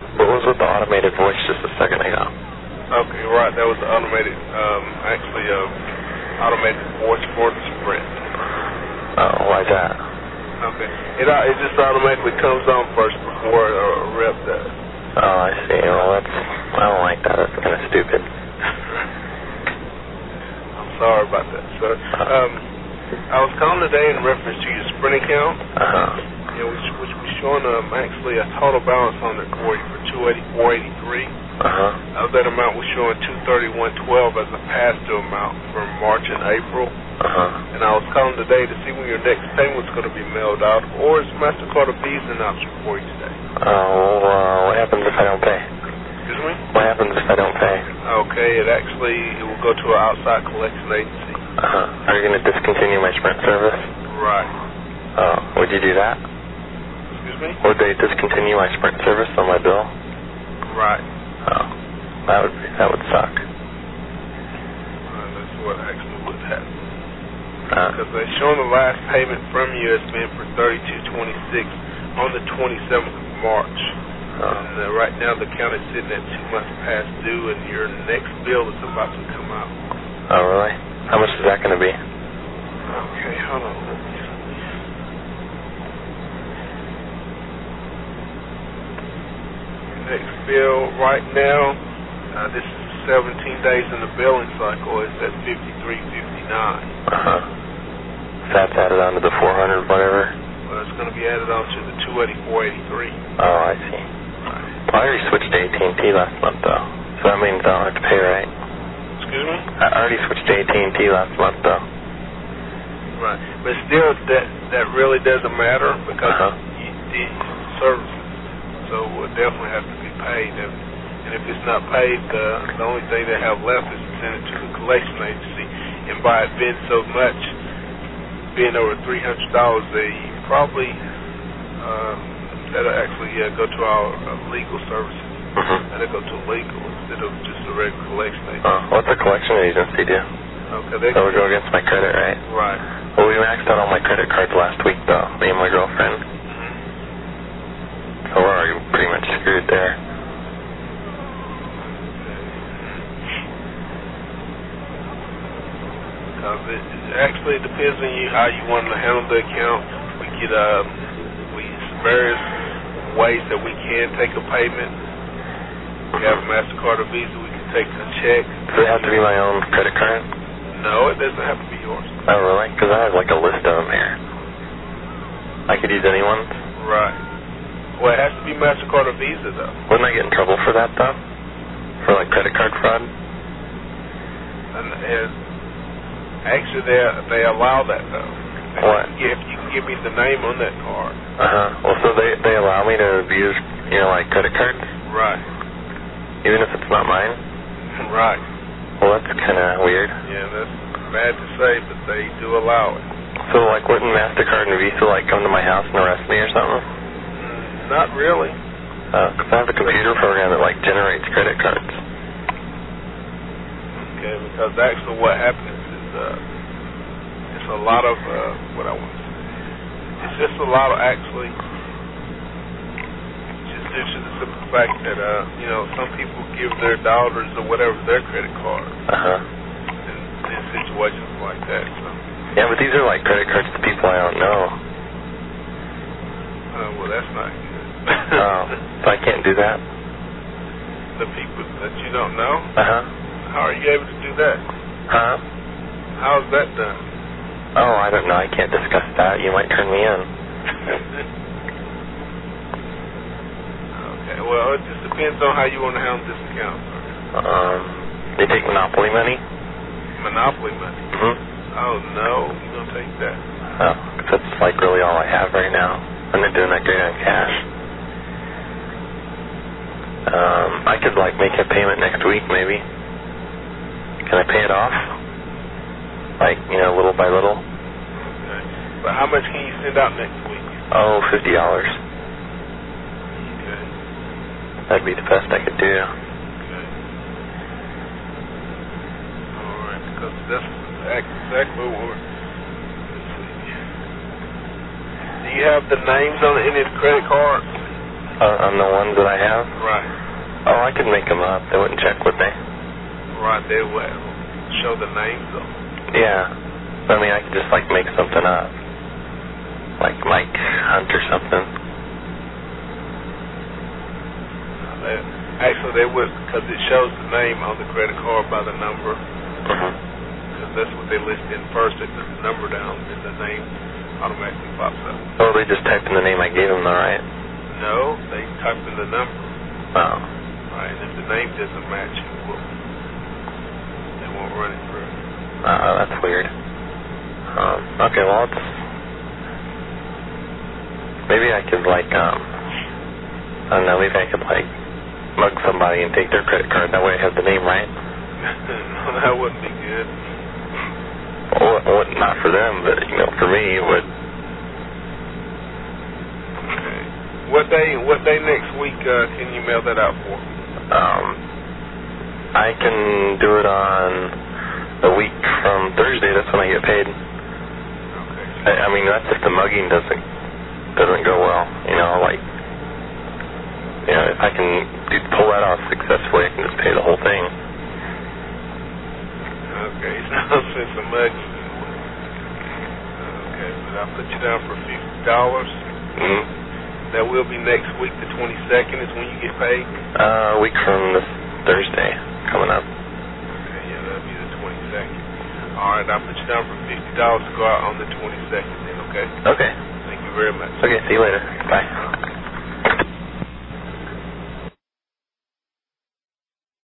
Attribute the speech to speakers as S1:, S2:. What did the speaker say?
S1: with the automated voice just a second ago. Uh,
S2: Okay, right. That was the automated, um, actually, uh, automated voice for the Sprint.
S1: Oh, like that.
S2: Okay. It au- it just automatically comes on first before a rep does.
S1: Oh, I see. Well, that's I don't like that. That's kind of stupid.
S2: I'm sorry about that, sir. Um, I was calling today in reference to your Sprint account.
S1: Uh huh.
S2: Yeah, which which was showing um, actually a total balance on there for you for two eighty four eighty three.
S1: Uh huh.
S2: Of that amount was showing two thirty one twelve as a pass due amount from March and April.
S1: Uh huh.
S2: And I was calling today to see when your next payment's going to be mailed out, or is Mastercard a Visa an option for you today?
S1: Oh, uh, what happens if I don't pay?
S2: Excuse me.
S1: What happens if I don't pay?
S2: Okay, it actually it will go to an outside collection agency.
S1: Uh huh. Are you going to discontinue my Sprint service?
S2: Right.
S1: Oh, would you do that?
S2: Excuse me.
S1: Would they discontinue my Sprint service on my bill?
S2: Right.
S1: Oh, that would be, that would suck.
S2: Uh, that's what actually would happen.
S1: Uh,
S2: Because they're showing the last payment from you has been for thirty-two twenty-six on the twenty-seventh of March.
S1: uh,
S2: And uh, right now the county's sitting at two months past due, and your next bill is about to come out.
S1: oh, really? How much is that going to be?
S2: Okay, hold on. Next bill right now, uh, this is 17 days in the billing cycle. It's at fifty-three fifty-nine.
S1: Uh huh. That's added on to the 400, whatever.
S2: Well, it's going to be added on to the two eighty-four eighty-three.
S1: Oh, I see. Well, I already switched to AT&T last month, though. So that means I don't have to pay, right?
S2: Excuse me.
S1: I already switched to AT&T last month, though.
S2: Right, but still, that that really doesn't matter because
S1: Uh-huh.
S2: you did services, so it will definitely have to be paid. And, and if it's not paid, the the only thing they have left is to send it to the collection agency. And by it being so much, being over three hundred dollars, they probably um, that'll actually yeah, go to our uh, legal services.
S1: Mm-hmm.
S2: That'll go to legal instead of just the regular collection agency.
S1: Uh, what's a collection agency do?
S2: Okay, they
S1: That would Uh-huh. go against my credit, right?
S2: right.
S1: Well, we maxed out all my credit cards last week, though, me and my girlfriend.
S2: Mhm.
S1: So we're already pretty much screwed there.
S2: Because it, it actually depends on you how you want to handle the account. We get um, we various ways that we can take a payment. We have Mastercard or Visa. We can take a check.
S1: Does it have to be my own credit card?
S2: No, it doesn't have to be yours.
S1: Oh, really? Because I have, like, a list of them here. I could use anyone's.
S2: Right. Well, it has to be Mastercard or Visa though.
S1: Wouldn't I get in trouble for that, though? For, like, credit card fraud?
S2: And, and actually, they they allow that though.
S1: What?
S2: If you can give me the name on that card.
S1: Uh-huh. Well, so they, they allow me to use, you know, like, credit cards?
S2: Right.
S1: Even if it's not mine?
S2: Right.
S1: Well, that's kind of weird.
S2: Yeah, that's bad to say, but they do allow it.
S1: So, like, wouldn't MasterCard and Visa, like, come to my house and arrest me or something?
S2: Mm, Not really.
S1: Uh 'cause I have a computer program that, like, generates credit cards.
S2: Okay, because actually what happens is uh, it's a lot of uh, what I want to say. It's just a lot of actually just due to the simple fact that uh, you know some people give their daughters or whatever their credit card
S1: Uh-huh.
S2: in, in situations like that. So
S1: Yeah, but these are, like, credit cards to people I don't know.
S2: uh, well, that's not good.
S1: Oh, so I can't do that?
S2: the people that you don't know,
S1: Uh-huh.
S2: how are you able to do that?
S1: Huh?
S2: How is that done?
S1: Oh, I don't know. I can't discuss that. You might turn me in.
S2: okay, well, it just depends on how you want to handle this account. sir.
S1: Um, they take monopoly money?
S2: Monopoly money.
S1: Mm-hmm.
S2: Oh, no, you don't take that.
S1: Oh, 'cause that's, like, really all I have right now. I'm not doing that great on cash. Um, I could, like, make a payment next week, maybe. Can I pay it off? Like, you know, little by little?
S2: Okay. But how much can you send out next week?
S1: Oh, fifty dollars.
S2: Okay,
S1: That'd be the best I could do.
S2: okay. All right, because that's exact- exactly what we're... Let's see. Do you have the names on any of the credit cards?
S1: Uh, on the ones that I have?
S2: Right.
S1: could make them up. They wouldn't check, would they?
S2: Right, they will show the names of them.
S1: Yeah. I mean, I could just like make something up, like Mike Hunt or something.
S2: They, actually, they would because it shows the name on the credit card by the number.
S1: Mm-hmm.
S2: Because that's what they list in first. They put the number down, and the name automatically pops up.
S1: Oh, they just typed in the name I gave them, though, right?
S2: No, they type in the number.
S1: Oh.
S2: Right, and if the name doesn't match, it will. They won't run it through.
S1: Uh, that's weird. Um, okay, well, it's, maybe I could like, um, I don't know, maybe I could like mug somebody and take their credit card. That way, I have the name right.
S2: no, that wouldn't be good.
S1: Well, it wouldn't- not for them, but you know, for me, it would.
S2: Okay. What day? What day next week uh, can you mail that out for?
S1: Um, I can do it on a week from Thursday. That's when I get paid.
S2: Okay.
S1: I, I mean, that's if the mugging doesn't doesn't go well. You know, like, you know, if I can do, pull that off successfully, I can just pay the whole thing.
S2: Okay, sounds like some mugs. Okay, but I'll put you down for fifty dollars.
S1: Mm-hmm.
S2: That will be next week. The twenty second is when you get paid.
S1: Uh, a week from this Thursday coming up.
S2: Okay, yeah, that'll be the twenty second. All right, I'll put you down for fifty dollars to go out on the twenty second. Then, okay?
S1: Okay.
S2: Thank you very much. Uh-huh.
S1: Okay. See you later. Bye.